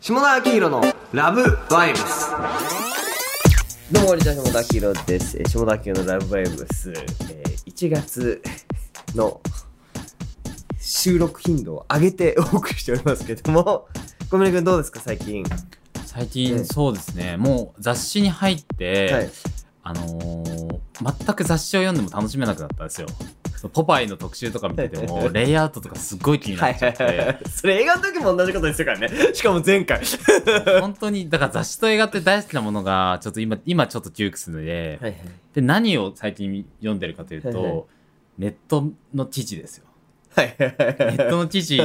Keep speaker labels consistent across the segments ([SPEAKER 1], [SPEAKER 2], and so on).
[SPEAKER 1] 下田明宏のラブバイブス。
[SPEAKER 2] どうも、こんにちは、下田明宏です。えー下田明宏のラブバイブス、えー、1月の収録頻度を上げてお送りしておりますけども、小峰君どうですか、最近。
[SPEAKER 3] 最
[SPEAKER 2] ええ
[SPEAKER 3] 近そうですね、もう雑誌に入って、
[SPEAKER 2] はい。
[SPEAKER 3] あのー全く雑誌を読んでも楽しめなくなったんですよ。そのポパイの特集とか見て ても、レイアウトとかすっごい気に
[SPEAKER 2] は
[SPEAKER 3] ないっちゃって、
[SPEAKER 2] はいはい。 それ映画の時も同じことですからね。しかも前回。
[SPEAKER 3] 本当に、だから雑誌と映画って大好きなものが、ちょっと今、今ちょっと窮屈で、
[SPEAKER 2] はいはい。
[SPEAKER 3] で、何を最近読んでるかというと、
[SPEAKER 2] はいはい
[SPEAKER 3] ネットの記事ですよ。
[SPEAKER 2] はいは
[SPEAKER 3] ネ
[SPEAKER 2] いは
[SPEAKER 3] ッ
[SPEAKER 2] い
[SPEAKER 3] トの 記事、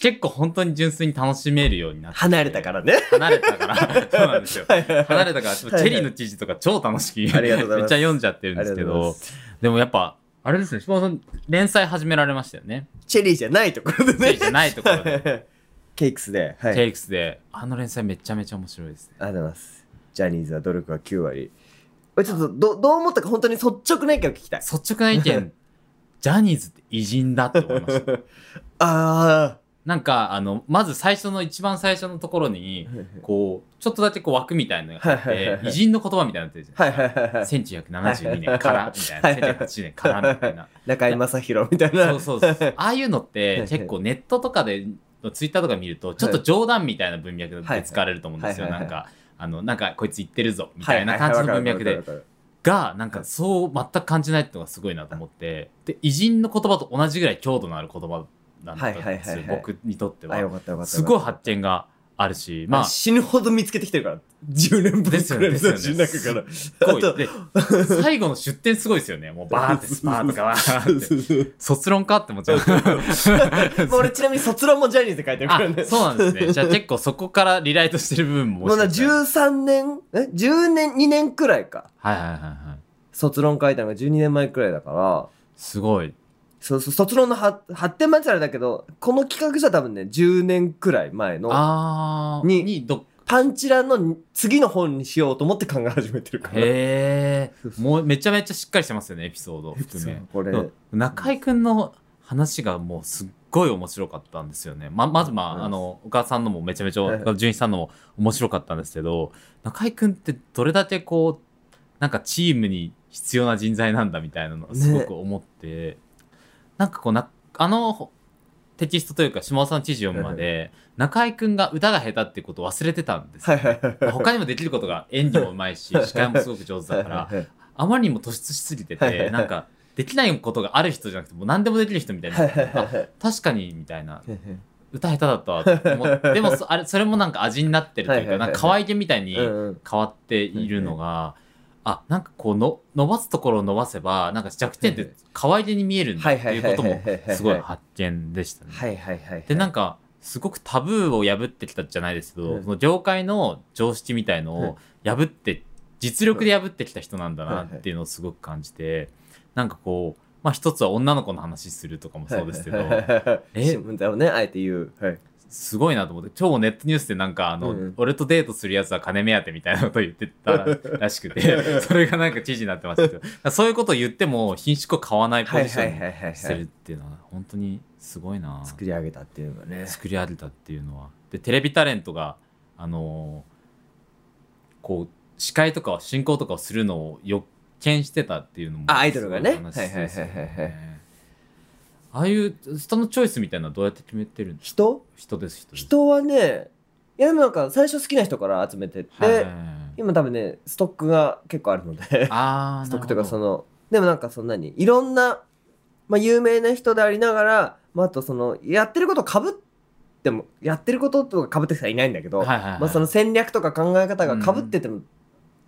[SPEAKER 3] 結構本当に純粋に楽しめるようになって。
[SPEAKER 2] 離れたからね。
[SPEAKER 3] 離れた から。そうなんですよ。
[SPEAKER 2] はいはいはい
[SPEAKER 3] 離れたから、ちょっとチェリーの記事とか超楽しく、
[SPEAKER 2] ありがとうござい
[SPEAKER 3] め
[SPEAKER 2] ます
[SPEAKER 3] っちゃ読んじゃってるんですけ
[SPEAKER 2] ありがとうご
[SPEAKER 3] ど
[SPEAKER 2] ざい、
[SPEAKER 3] でもやっぱ、あれですね、下田さん、連載始められましたよね。
[SPEAKER 2] チェリーじゃないところでね。
[SPEAKER 3] チェリーじゃないとこ ろで
[SPEAKER 2] で。ケイクスで。はい。
[SPEAKER 3] テイクスで。あの連載めちゃめちゃ面白いですね。
[SPEAKER 2] ありがとうございます。ジャニーズは努力は9割。これちょっとど、どう思ったか本当に率直な意見を聞き たい。
[SPEAKER 3] 率直な意見、ジャニーズって偉人だって思い ました。
[SPEAKER 2] あ
[SPEAKER 3] なんか、あの、まず最初の、一番最初のところに、こう、ちょっとだけこう枠みたいなのがあっ
[SPEAKER 2] はいはい
[SPEAKER 3] て
[SPEAKER 2] は、い
[SPEAKER 3] 偉人の言葉みたいになってるじゃ
[SPEAKER 2] あ。
[SPEAKER 3] ない
[SPEAKER 2] はいはいはいはい。
[SPEAKER 3] 1972年から、みたいな。1980年から、みたいな。
[SPEAKER 2] 中居正広みたいな。
[SPEAKER 3] そうそうそう。ああいうのっ
[SPEAKER 2] はいは
[SPEAKER 3] て
[SPEAKER 2] い
[SPEAKER 3] 結構ネットとかで、ツイッターとか見ると、ちょっと冗談みたいな文脈で使われると思うんですよ。
[SPEAKER 2] はい
[SPEAKER 3] な
[SPEAKER 2] はい
[SPEAKER 3] ん
[SPEAKER 2] は
[SPEAKER 3] か、あの、なんかこいつ言ってるぞ、み
[SPEAKER 2] はい
[SPEAKER 3] た
[SPEAKER 2] はいい
[SPEAKER 3] な
[SPEAKER 2] はい
[SPEAKER 3] 感じの文
[SPEAKER 2] わ
[SPEAKER 3] 脈
[SPEAKER 2] かるわ
[SPEAKER 3] で。
[SPEAKER 2] かるわかる
[SPEAKER 3] が、なんかそう全く感じないってのがすごいなと思って、で、偉人の言葉と同じぐらい強度のある言葉なんだったんです
[SPEAKER 2] はいはいは
[SPEAKER 3] よ
[SPEAKER 2] い。はい
[SPEAKER 3] 僕にとって
[SPEAKER 2] あ、よ
[SPEAKER 3] は。
[SPEAKER 2] かったよかった。
[SPEAKER 3] すごい
[SPEAKER 2] い。
[SPEAKER 3] 発見があるし、ま
[SPEAKER 2] ま
[SPEAKER 3] あ
[SPEAKER 2] あ、、死ぬほど見つけてきてるから。10年分
[SPEAKER 3] です
[SPEAKER 2] く
[SPEAKER 3] よ
[SPEAKER 2] らい
[SPEAKER 3] ね
[SPEAKER 2] の
[SPEAKER 3] ですよ
[SPEAKER 2] 雑
[SPEAKER 3] ね
[SPEAKER 2] 誌の中から。
[SPEAKER 3] こう
[SPEAKER 2] あと
[SPEAKER 3] で最後の出典すごいですよね。もうバーってスパーとか わ
[SPEAKER 2] そ
[SPEAKER 3] ー
[SPEAKER 2] う
[SPEAKER 3] って。
[SPEAKER 2] そうそう
[SPEAKER 3] 卒論かって思っちゃう。
[SPEAKER 2] まあ 俺ちなみに卒論もジャニーズで書いてるか
[SPEAKER 3] あ
[SPEAKER 2] らね。
[SPEAKER 3] そうなんですね。じゃあ結構そこからリライトしてる部分も
[SPEAKER 2] もうな
[SPEAKER 3] しか した
[SPEAKER 2] 13
[SPEAKER 3] ら
[SPEAKER 2] 年え ?10 年、2年くらいか。
[SPEAKER 3] はいはいはいはい。
[SPEAKER 2] 卒論書いたのが12年前くらいだから。
[SPEAKER 3] すごい。
[SPEAKER 2] そうそう、卒論のは発展前ってあれだけど、この企画じゃ多分ね、10年くらい前の、
[SPEAKER 3] あー。
[SPEAKER 2] に
[SPEAKER 3] にどっ
[SPEAKER 2] パンチラの次の本にしようと思って考え始めてるから。
[SPEAKER 3] へえ。もうめちゃめちゃしっかりしてますよね、エピソード含
[SPEAKER 2] そう
[SPEAKER 3] め。
[SPEAKER 2] これ、
[SPEAKER 3] そう中居くんの話がもうすっごい面白かったんですよね。ま、まずま
[SPEAKER 2] うん
[SPEAKER 3] あ、あの、お母さんのもめちゃめち
[SPEAKER 2] はい
[SPEAKER 3] ゃ、純一さんのも面白かったんですけど、中居くんってどれだけこう、なんかチームに必要な人材なんだみたいなのをすごく思って、なんかこうな、あの、テキストというか、島尾さんの記事読むまで、中居くんが歌が下手ってことを忘れてたんですよ
[SPEAKER 2] はいはいはいはい。
[SPEAKER 3] 他にもできることが演技もうまいし、司会もすごく上手だから、あまりにも突出しすぎて
[SPEAKER 2] はいはいは
[SPEAKER 3] て、
[SPEAKER 2] い
[SPEAKER 3] なんか、できないことがある人じゃなくて、もう何でもできる人みたいな。
[SPEAKER 2] はいはいは
[SPEAKER 3] あ
[SPEAKER 2] いはい
[SPEAKER 3] 確かに、みたいな。
[SPEAKER 2] うん
[SPEAKER 3] 歌下手だったわと 思って。でも、そあれ、それもなんか味になってるという
[SPEAKER 2] はい
[SPEAKER 3] か、
[SPEAKER 2] はいはい
[SPEAKER 3] なんか可愛げみたいに
[SPEAKER 2] う
[SPEAKER 3] 変
[SPEAKER 2] んうん
[SPEAKER 3] わっているのが、あ、なんかこうの、伸ばすところを伸ばせば、なんか弱点って可愛げに見えるんだ
[SPEAKER 2] は
[SPEAKER 3] っ
[SPEAKER 2] い
[SPEAKER 3] て
[SPEAKER 2] はいいうはいはい
[SPEAKER 3] ことも、すごい発見でしたね。
[SPEAKER 2] はいはいはい。
[SPEAKER 3] で、なんか、すごくタブーを破ってきたじゃないですけど、
[SPEAKER 2] うん
[SPEAKER 3] その業界の常識みたいのを破って、実力で破ってきた人なんだなっていうのをすごく感じて、なんかこう、まあ一つは女の子の話するとかもそうですけど、
[SPEAKER 2] はいはいはいはい
[SPEAKER 3] え
[SPEAKER 2] 新聞だろうね、あえて言う。はい。
[SPEAKER 3] すごいなと思って、今日ネットニュースでなんかあの、
[SPEAKER 2] うん
[SPEAKER 3] 俺とデートするやつは金目当てみたいなこと言ってたらしくて、 それがなんか記事になってましたけど、そういうことを言っても品種を買わないポ
[SPEAKER 2] はい
[SPEAKER 3] ジシ
[SPEAKER 2] はい
[SPEAKER 3] ョ
[SPEAKER 2] はい
[SPEAKER 3] ン
[SPEAKER 2] はい
[SPEAKER 3] にして
[SPEAKER 2] は
[SPEAKER 3] るっ
[SPEAKER 2] い。
[SPEAKER 3] ていうのは本当にすごいな
[SPEAKER 2] 作り上げたっていうのがね。
[SPEAKER 3] 作り上げたっていうのはでテレビタレントがあのーこう司会とか進行とかをするのを予見してたっていうのも
[SPEAKER 2] あアイドルがね
[SPEAKER 3] すごい話ですよね
[SPEAKER 2] はいはいはいはいは
[SPEAKER 3] ああいう人のチョイスみたいなのはどうやって決めてるんです
[SPEAKER 2] 人
[SPEAKER 3] 人です人です
[SPEAKER 2] 人はね、いやでもなんか最初好きな人から集めてって、
[SPEAKER 3] はいはいはい
[SPEAKER 2] 今多分ねストックが結構あるので
[SPEAKER 3] あー
[SPEAKER 2] ストックという
[SPEAKER 3] な
[SPEAKER 2] かそ
[SPEAKER 3] るほど
[SPEAKER 2] のでもなんかそんなにいろんな、まあ、有名な人でありながら、まあ、あとそのやってることかぶってもやってることとかかぶってる人はいないんだけど、
[SPEAKER 3] はいはいはい
[SPEAKER 2] まあ、その戦略とか考え方がかぶってても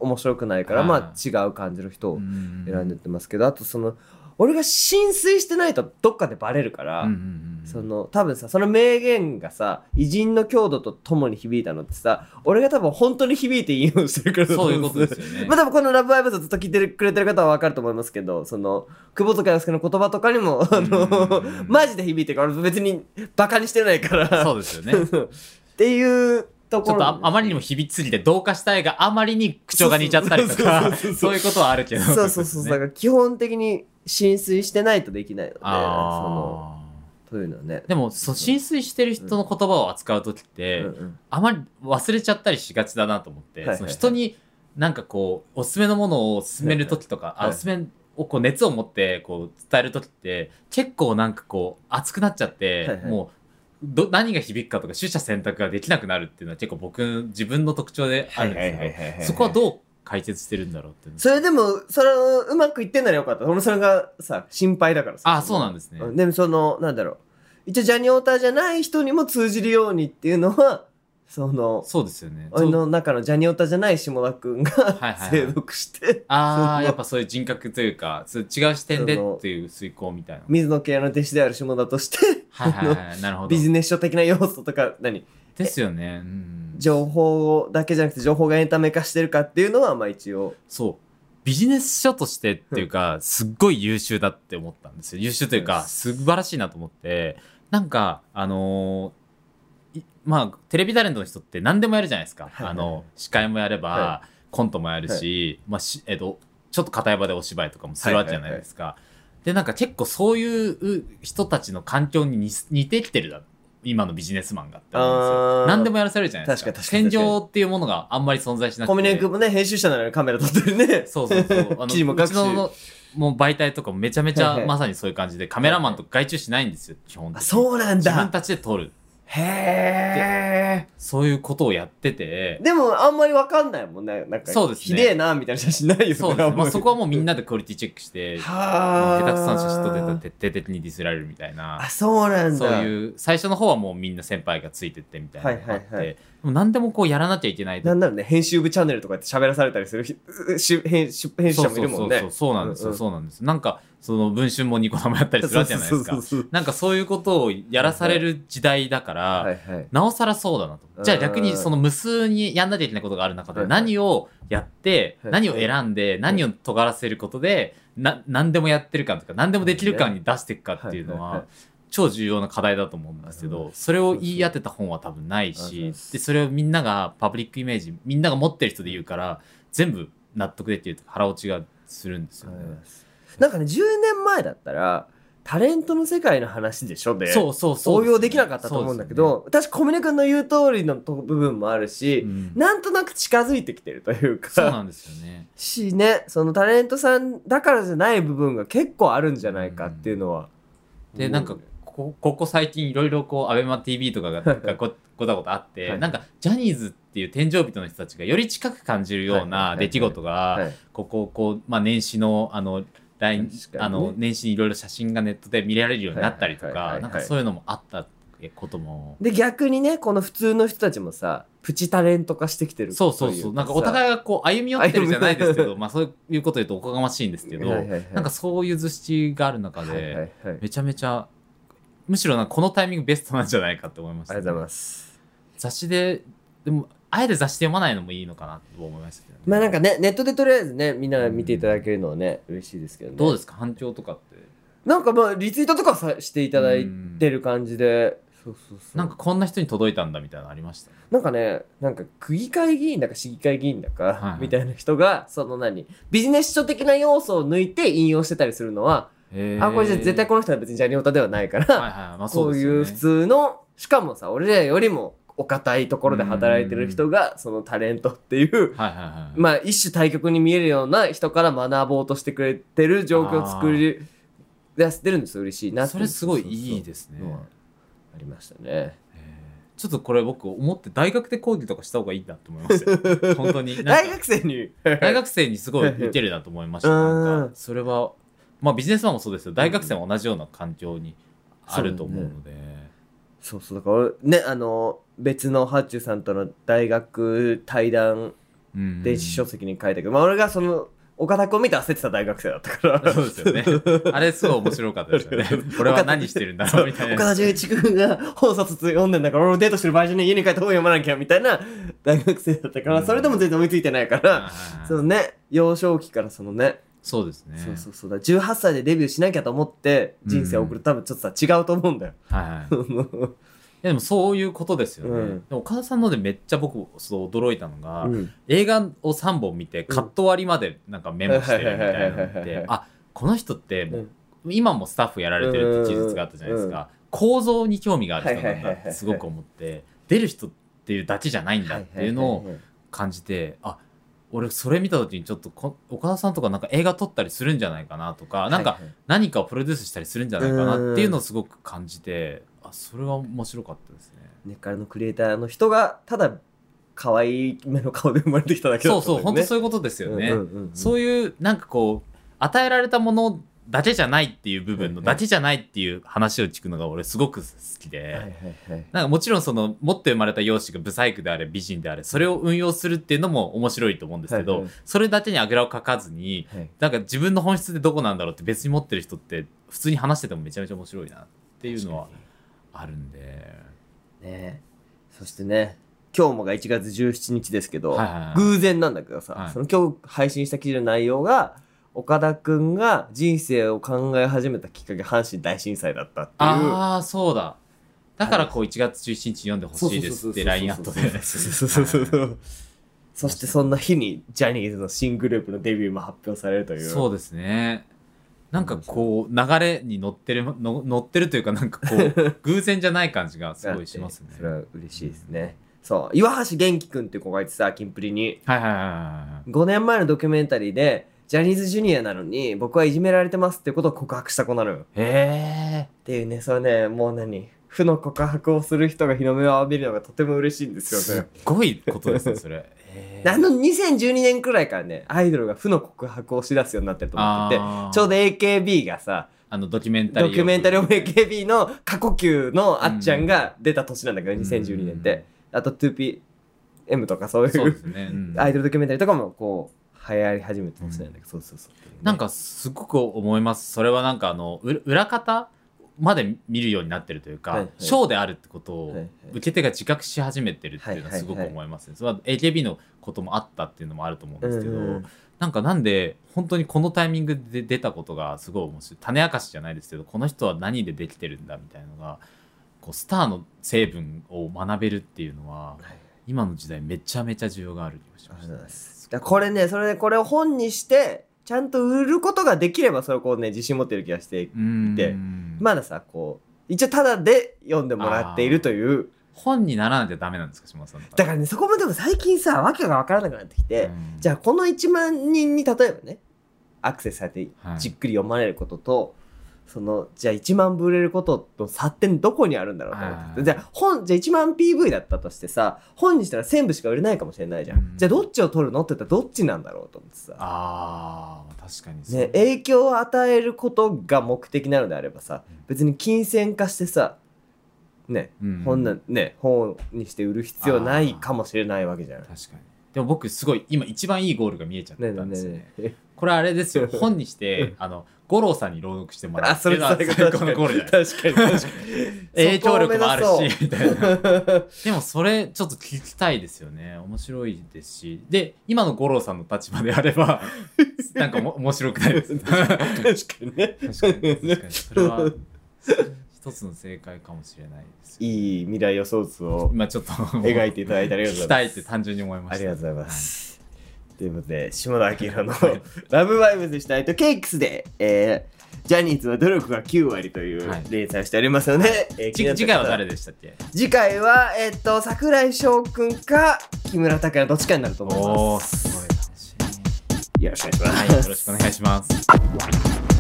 [SPEAKER 2] 面白くないから、
[SPEAKER 3] はい
[SPEAKER 2] まあ違う感じの人
[SPEAKER 3] う
[SPEAKER 2] を
[SPEAKER 3] ん
[SPEAKER 2] 選んでってますけど、あとその俺が浸水してないとどっかでバレるから。
[SPEAKER 3] うんうんうん
[SPEAKER 2] その多分さその名言がさ偉人の強度とともに響いたのってさ俺が多分本当に響いて引用してるからだと
[SPEAKER 3] そう
[SPEAKER 2] 思ん
[SPEAKER 3] いうことですよね
[SPEAKER 2] まあ多分この「ラブライブ!」をずっと聞いてくれてる方は分かると思いますけどその久保塚洋介の言葉とかにもあの
[SPEAKER 3] うんうんうん
[SPEAKER 2] マジで響いてるから別にバカにしてないから
[SPEAKER 3] そうですよね
[SPEAKER 2] っていうと
[SPEAKER 3] ち
[SPEAKER 2] こ
[SPEAKER 3] ょ
[SPEAKER 2] ろ
[SPEAKER 3] っとああまりに
[SPEAKER 2] も
[SPEAKER 3] も響きすぎて同化したいがあまりに口調が似ちゃったりとか
[SPEAKER 2] そうそうそうそう
[SPEAKER 3] そういうことはあるけど
[SPEAKER 2] そうそうそう
[SPEAKER 3] です
[SPEAKER 2] だ
[SPEAKER 3] ね
[SPEAKER 2] から基本的に浸水してないとできないのでそ
[SPEAKER 3] あ
[SPEAKER 2] の
[SPEAKER 3] あ
[SPEAKER 2] そういうのはね。
[SPEAKER 3] でも、そう浸水してる人の言葉を扱う時って、
[SPEAKER 2] うんうん
[SPEAKER 3] あまり忘れちゃったりしがちだなと思って、
[SPEAKER 2] はいはいはい
[SPEAKER 3] その人になんかこうおすすめのものを勧める時とか、
[SPEAKER 2] はいはい
[SPEAKER 3] あおすすめをこう熱を持ってこう伝える時って結構なんかこう熱くなっちゃって、
[SPEAKER 2] はいはい
[SPEAKER 3] もうど何が響くかとか取捨選択ができなくなるっていうのは結構僕自分の特徴であるんですけどそこはどう解説してるんだろうっていうの
[SPEAKER 2] それでも、それ、うまくいってんならよかった。俺もそれがさ、心配だからさ。
[SPEAKER 3] あそうなんですね
[SPEAKER 2] うんでも、その、なんだろう。一応、ジャニオーターじゃない人にも通じるようにっていうのは、その、
[SPEAKER 3] そうですよね。
[SPEAKER 2] 俺
[SPEAKER 3] そう
[SPEAKER 2] の中のジャニオーターじゃない下田くん
[SPEAKER 3] はい
[SPEAKER 2] が
[SPEAKER 3] はい
[SPEAKER 2] 精読して、
[SPEAKER 3] あ
[SPEAKER 2] そ
[SPEAKER 3] あ
[SPEAKER 2] の
[SPEAKER 3] やっぱそういう人格というかそう違う視点で
[SPEAKER 2] その
[SPEAKER 3] っていう遂行みた いな。
[SPEAKER 2] 水野系の弟子である下田として、
[SPEAKER 3] はいはいはい、なるほ ど
[SPEAKER 2] ビ。ジネス書的な要素とか、何
[SPEAKER 3] ですよね。うん、
[SPEAKER 2] 情報だけじゃなくて情報がエンタメ化してるかっていうのは、まあ一応。
[SPEAKER 3] そう。ビジネス書としてっていうか、すっごい優秀だって思ったんですよ。優秀というか、
[SPEAKER 2] うん
[SPEAKER 3] 素晴らしいなと思って、なんか、あのーいまあ、テレビタレントの人って何でもやるじゃないですか。
[SPEAKER 2] はい
[SPEAKER 3] あの、司会もやれば、
[SPEAKER 2] は
[SPEAKER 3] コントもやるし、まあ、しえっと、ちょっと片場でお芝居とかもするわけじゃないですか。で、なんか結構そういう人たちの環境に似似てきてるだ。今のビジネスマンがって思うんです
[SPEAKER 2] あ
[SPEAKER 3] よ。
[SPEAKER 2] ー
[SPEAKER 3] 何でもやらせるじゃないですか。
[SPEAKER 2] 確かに確かに確かに
[SPEAKER 3] 天井っていうものがあんまり存在しなくて。
[SPEAKER 2] コミネ君もね、編集者なのにカメラ撮ってるね。
[SPEAKER 3] そうそうそう。あ
[SPEAKER 2] 記事も各
[SPEAKER 3] うちのもう媒体とかもめちゃめち
[SPEAKER 2] はい
[SPEAKER 3] ゃ
[SPEAKER 2] はい
[SPEAKER 3] まさにそういう感じで、カメラマンとか外注しないんですよ、基本
[SPEAKER 2] あ、
[SPEAKER 3] 的に。
[SPEAKER 2] そうなん
[SPEAKER 3] 自分
[SPEAKER 2] だ。
[SPEAKER 3] たちで撮る。
[SPEAKER 2] へ
[SPEAKER 3] そういうことをやってて
[SPEAKER 2] ー。、でも、あんまりわかんないもんね。なんか、
[SPEAKER 3] そうですね
[SPEAKER 2] ひでえな、みたいな写真ないよね。
[SPEAKER 3] そうですね。まあそこはもうみん
[SPEAKER 2] な。
[SPEAKER 3] なでクオリティチェックして、
[SPEAKER 2] は
[SPEAKER 3] 下
[SPEAKER 2] あ。
[SPEAKER 3] 手くそな写真撮ってたら徹底的にディスられるみたいな
[SPEAKER 2] あ、。そうなんだ。
[SPEAKER 3] そういう、最初の方はもうみんな先輩がついてってみたいなのがあって、
[SPEAKER 2] はいはいは
[SPEAKER 3] でも何でもこうやらなきゃいけない
[SPEAKER 2] なんだろうね、編集部チャンネルとかやって喋らされたりするひし編集編集
[SPEAKER 3] そ
[SPEAKER 2] 者もいる
[SPEAKER 3] うそう
[SPEAKER 2] も
[SPEAKER 3] そ
[SPEAKER 2] ん
[SPEAKER 3] う
[SPEAKER 2] ね。
[SPEAKER 3] そう、そうなんです
[SPEAKER 2] うん
[SPEAKER 3] よ、
[SPEAKER 2] うん
[SPEAKER 3] そうなんです。なんか、その文春もニコ生やったりするわけじゃないですか
[SPEAKER 2] そう。そうそう
[SPEAKER 3] なんかそういうことをやらされる時代だから、
[SPEAKER 2] そうはいはい。
[SPEAKER 3] なおさらそうだな
[SPEAKER 2] う
[SPEAKER 3] と。
[SPEAKER 2] ん
[SPEAKER 3] じゃあ逆にその無数にやんなきゃいけないことがある中
[SPEAKER 2] は
[SPEAKER 3] で
[SPEAKER 2] い
[SPEAKER 3] 何をやって、
[SPEAKER 2] はい
[SPEAKER 3] 何を選んで、何を尖らせることで、な、何でもやってる感とか、何でもできる感に出していくかっていうの
[SPEAKER 2] はいはいは、
[SPEAKER 3] はい超重要な課題だと思うんですけ
[SPEAKER 2] なる
[SPEAKER 3] ど、それを言い当てた本は多分ない
[SPEAKER 2] そうそうありがとうござい
[SPEAKER 3] し
[SPEAKER 2] ま、す
[SPEAKER 3] で、それをみんながパブリックイメージ、みんなが持ってる人で言うから、全部納得できるというか腹落ちがするんですよね。
[SPEAKER 2] なんかね、10年前だったら、タレントの世界の話でしょで、
[SPEAKER 3] そうそうそう。
[SPEAKER 2] 応用できなかったと思うんだけど、私、小峰君の言う通りのと部分もある
[SPEAKER 3] そうです
[SPEAKER 2] し、
[SPEAKER 3] ね、うん
[SPEAKER 2] なんとなく近づいてきてるというか、
[SPEAKER 3] そうなんですよね。
[SPEAKER 2] しね、そのタレントさんだからじゃない部分が結構あるんじゃないかっていうのは。
[SPEAKER 3] で、なんか、こここ最近いろいろこう、アベマ TV とかが がごごたごたあって、
[SPEAKER 2] はい
[SPEAKER 3] なんか、ジャニーズっていう天井人の人たちがより近く感じるよう
[SPEAKER 2] はいはいはいは
[SPEAKER 3] ない出来事
[SPEAKER 2] は
[SPEAKER 3] が、
[SPEAKER 2] い、
[SPEAKER 3] ここ、こう、まあ、年始の、あの、ライン
[SPEAKER 2] 確かにね
[SPEAKER 3] あの、年始にいろいろ写真がネットで見られるようになったりと
[SPEAKER 2] はいはいはいは
[SPEAKER 3] か、
[SPEAKER 2] い
[SPEAKER 3] なんかそういうのもあったことも。
[SPEAKER 2] で、逆にね、この普通の人たちもさ、プチタレント化してきてる
[SPEAKER 3] そうそうそう。なんかお互いがこう歩み寄ってるじゃないですけど、まあそういうこと言うとおこがましいんですけど、なんかそういう図式がある中
[SPEAKER 2] はい
[SPEAKER 3] で、
[SPEAKER 2] はいはい、あり
[SPEAKER 3] めちゃめちゃ、むしろなんかこのタイミングベストなんじゃないかって思いました
[SPEAKER 2] が
[SPEAKER 3] ね、
[SPEAKER 2] とうございます。
[SPEAKER 3] 雑誌で、でも、あえて雑誌で読まないのもいいのかなと思いましたけどね、
[SPEAKER 2] まあなんかね、ネットでとりあえずね、みんなが見ていただけるのはね、嬉しいですけどね。
[SPEAKER 3] どうですか反響とかって。
[SPEAKER 2] なんかまあ、リツイートとかさしていただいてる感じで、そうそうそう。
[SPEAKER 3] なんかこんな人に届いたんだみたいなのありました。
[SPEAKER 2] なんかね、なんか区議会議員だか市議会議員だか、
[SPEAKER 3] はい
[SPEAKER 2] みたいな人が、その何、ビジネス書的な要素を抜いて引用してたりするのは、あ、これじゃ絶対この人は別にジャニオタではないから、
[SPEAKER 3] はいはい。まあ
[SPEAKER 2] こ
[SPEAKER 3] そう
[SPEAKER 2] う
[SPEAKER 3] です
[SPEAKER 2] い
[SPEAKER 3] よ、ね。
[SPEAKER 2] う普通の、しかもさ、俺らよりもお堅いところで働いてる人が、そのタレントっていう、
[SPEAKER 3] はいはいはい。
[SPEAKER 2] まあ一種対極に見えるような人から学ぼうとしてくれてる状況を作り出してるんですよ、嬉しいなって
[SPEAKER 3] それすごいいいですね。
[SPEAKER 2] そうそうそうありましたね。
[SPEAKER 3] えーちょっとこれ僕思って大学で講義とかした方がいいなと思いました よ本当に。なん
[SPEAKER 2] 大
[SPEAKER 3] か
[SPEAKER 2] 学生に。
[SPEAKER 3] 大学生にすごい似てるなと思いました。
[SPEAKER 2] うん
[SPEAKER 3] なんかそれは、まあビジネスマンもそうですけど、大学生も同じような環境にあると思うので。
[SPEAKER 2] そうそうだから俺ねあの別のハッチュさんとの大学対談
[SPEAKER 3] うん
[SPEAKER 2] 電子書籍に書いたけど、まあ、俺がその岡田君を見て焦ってた大学生だったから
[SPEAKER 3] そうです よね。あれすごい面白かったですよね。 俺は何してるんだろうみたい
[SPEAKER 2] 岡
[SPEAKER 3] な。
[SPEAKER 2] 田純一君が本冊読んでんだから俺もデートしてる場合じゃねえ家に帰って本読まなきゃみたいな大学生だったから、
[SPEAKER 3] うん
[SPEAKER 2] それでも全然追いついてないから、
[SPEAKER 3] あー
[SPEAKER 2] そのね幼少期からそのね
[SPEAKER 3] そうですね。
[SPEAKER 2] そうそうそうだ18歳でデビューしなきゃと思って人生を送る、多分ちょっとさ違うと思うんだ よ。
[SPEAKER 3] はいはい。いやでもそういうことですよね。
[SPEAKER 2] うん
[SPEAKER 3] でも岡田さんのでめっちゃ僕そう驚いたのが、
[SPEAKER 2] うん
[SPEAKER 3] 映画を3本見てカット割りまでなんかメモしてるみたいなのっ
[SPEAKER 2] うん
[SPEAKER 3] てあこの人ってもう、今もスタッフやられて
[SPEAKER 2] うんうん
[SPEAKER 3] る
[SPEAKER 2] う
[SPEAKER 3] っ
[SPEAKER 2] ん
[SPEAKER 3] て事実があったじゃないですか、構造に興味がある人なん
[SPEAKER 2] はいはい
[SPEAKER 3] だ
[SPEAKER 2] はい
[SPEAKER 3] っ
[SPEAKER 2] は
[SPEAKER 3] て
[SPEAKER 2] い
[SPEAKER 3] すごく思って出る人っていうだけじゃないんだっていうの
[SPEAKER 2] は
[SPEAKER 3] を
[SPEAKER 2] はは
[SPEAKER 3] 感じてあ俺それ見た時にちょっとこ岡田さんとかなんか映画撮ったりするんじゃないかなとか、なんか
[SPEAKER 2] はいはい
[SPEAKER 3] 何かをプロデュースしたりするんじゃないかなっていうのをすごく感じてあそれは面白かったですね。
[SPEAKER 2] 根っからのクリエイターの人がただ可愛い目の顔で生まれてきただけだ
[SPEAKER 3] そ
[SPEAKER 2] っ
[SPEAKER 3] う
[SPEAKER 2] たんだよ
[SPEAKER 3] そう
[SPEAKER 2] ね
[SPEAKER 3] 本当そういうことですよね。
[SPEAKER 2] うんうんうんうん
[SPEAKER 3] そういうなんかこう与えられたものだけじゃないっていう部分のだけじゃないっていう話を聞くのが俺すごく好きで、
[SPEAKER 2] はいはいはい
[SPEAKER 3] なんかもちろんその持って生まれた容姿が不細工であれ美人であれそれを運用するっていうのも面白いと思うんですけど、
[SPEAKER 2] はいはい
[SPEAKER 3] それだけにあぐらをかかずに
[SPEAKER 2] はい
[SPEAKER 3] なんか自分の本質でどこなんだろうって別に持ってる人って普通に話しててもめちゃめちゃ面白いなっていうのはあるんで。
[SPEAKER 2] ねそしてね今日もが1月17日ですけど、
[SPEAKER 3] はいはいはい
[SPEAKER 2] 偶然なんだけどさ、
[SPEAKER 3] はい
[SPEAKER 2] その今日配信した記事の内容が岡田くんが人生を考え始めたきっかけ阪神大震災だったっていう
[SPEAKER 3] ああそうだだからこう1月11日読んでほしいですって LINE アットで
[SPEAKER 2] そうそうそうそうそしてそんな日にジャニーズの新グループのデビューも発表されるという
[SPEAKER 3] そうですねなんかこう流れに乗ってるの乗ってるというかなんかこ う偶然じゃない感じがすごいしますね
[SPEAKER 2] だってそれは嬉しいですね。そう、岩橋元気くんっていう子がいてさ、キンプリに。
[SPEAKER 3] はいはいはいはい
[SPEAKER 2] 5年前のドキュメンタリーで、ジャニーズジュニアなのに、僕はいじめられてますってことを告白した子なのよ。っ
[SPEAKER 3] へえ
[SPEAKER 2] ていうね、それね、もう何負の告白をする人が日の目を浴びるのがとても嬉しいんです
[SPEAKER 3] す
[SPEAKER 2] よ
[SPEAKER 3] っ
[SPEAKER 2] ね。
[SPEAKER 3] ごいことですね それへー
[SPEAKER 2] あの2012年くらいからね、アイドルが負の告白をしだすようになってると思ってて、
[SPEAKER 3] あー
[SPEAKER 2] ちょうど AKB がさ、
[SPEAKER 3] あのドキュメンタリー
[SPEAKER 2] ドキュメンタリーオ
[SPEAKER 3] を
[SPEAKER 2] ブ AKB の過呼吸のあっちゃんが出た年なんだけど、2012年って。あと 2PM とかそうい
[SPEAKER 3] そう
[SPEAKER 2] う
[SPEAKER 3] ですね、うん
[SPEAKER 2] アイドルドキュメンタリーとかもこう流行り始めてましたよね、そうそうそう
[SPEAKER 3] なんかすごく思いますそれはなんかあのう裏方まで見るようになってるというか、
[SPEAKER 2] はいはい
[SPEAKER 3] ショーであるってこと
[SPEAKER 2] はいは
[SPEAKER 3] を
[SPEAKER 2] い
[SPEAKER 3] 受け手が自覚し始めてるっていうのはすごく思いますね、それは AKB のこともあったっていうのもあると思うんですけど、
[SPEAKER 2] うんうん
[SPEAKER 3] なんかなんで本当にこのタイミングで出たことがすごい面白い種明かしじゃないですけどこの人は何でできてるんだみたいなのがこうスターの成分を学べるっていうのは
[SPEAKER 2] はい
[SPEAKER 3] 今の時代めちゃめちゃ需要がある気がし
[SPEAKER 2] あり
[SPEAKER 3] ま
[SPEAKER 2] がとうございま
[SPEAKER 3] したね
[SPEAKER 2] すだからこれねそれでこれを本にしてちゃんと売ることができればそれをこうね自信持ってる気がして
[SPEAKER 3] うん
[SPEAKER 2] でまださこう一応ただで読んでもらっているという
[SPEAKER 3] 本にならなきゃダメなんですか島田さん
[SPEAKER 2] だからねそこもでも最近さ訳が分からなくなってきて、
[SPEAKER 3] うん
[SPEAKER 2] じゃあこの1万人に例えばねアクセスされて
[SPEAKER 3] はい
[SPEAKER 2] じっくり読まれることと、そのじゃあ1万部売れることと差ってどこにあるんだろうと思って
[SPEAKER 3] あー
[SPEAKER 2] てじゃあ本じゃあ1万 PV だったとしてさ本にしたら1000部しか売れないかもしれないじゃん、
[SPEAKER 3] うん
[SPEAKER 2] じゃあどっちを取るのって言ったらどっちなんだろうと思ってさ、
[SPEAKER 3] あー確かにそう
[SPEAKER 2] ね、影響を与えることが目的なのであればさ
[SPEAKER 3] うん
[SPEAKER 2] 別に金銭化してさね
[SPEAKER 3] うん
[SPEAKER 2] 本なんね本にして売る必要ないかもしれないわけじゃない。
[SPEAKER 3] 確かにでも僕すごい今一番いいゴールが見えちゃった
[SPEAKER 2] ねえね
[SPEAKER 3] んですよね
[SPEAKER 2] えね
[SPEAKER 3] これあれ ですよ本にしてあの五郎さんに朗読してもらう
[SPEAKER 2] あ、
[SPEAKER 3] って
[SPEAKER 2] そ
[SPEAKER 3] い
[SPEAKER 2] れ
[SPEAKER 3] うの は
[SPEAKER 2] そ
[SPEAKER 3] 最
[SPEAKER 2] れが
[SPEAKER 3] 高のゴールじゃない
[SPEAKER 2] 確かに確かに。
[SPEAKER 3] 影響力もある
[SPEAKER 2] そこを目指
[SPEAKER 3] しみたいなでもそれちょっと聞きたいですよね面白いですしで今の五郎さんの立場であれば なんかも面白くないです確か
[SPEAKER 2] 確かにね。
[SPEAKER 3] に確かにそれは一つの正解かもしれないですよ
[SPEAKER 2] いい未来予想図を
[SPEAKER 3] 今ちょっと
[SPEAKER 2] 描いていただいてありがとう
[SPEAKER 3] 聞
[SPEAKER 2] ござ
[SPEAKER 3] きた
[SPEAKER 2] い
[SPEAKER 3] い
[SPEAKER 2] ま
[SPEAKER 3] っ
[SPEAKER 2] す
[SPEAKER 3] て。単純に思いま
[SPEAKER 2] あ
[SPEAKER 3] し
[SPEAKER 2] り
[SPEAKER 3] た
[SPEAKER 2] がとうございます。ということで、下田明のラブバイブズしたいとケイクスで、えージャニーズは努力が9割という
[SPEAKER 3] はい
[SPEAKER 2] 連載をしておりますので、えー気にな
[SPEAKER 3] 次
[SPEAKER 2] った方
[SPEAKER 3] 次回は誰でしたっけ
[SPEAKER 2] 次回は、えーっと、桜井翔くんか、木村拓哉のどっちかになると思います。
[SPEAKER 3] すごい楽しみ
[SPEAKER 2] よろしくお願いします。
[SPEAKER 3] はいよろしくお願いします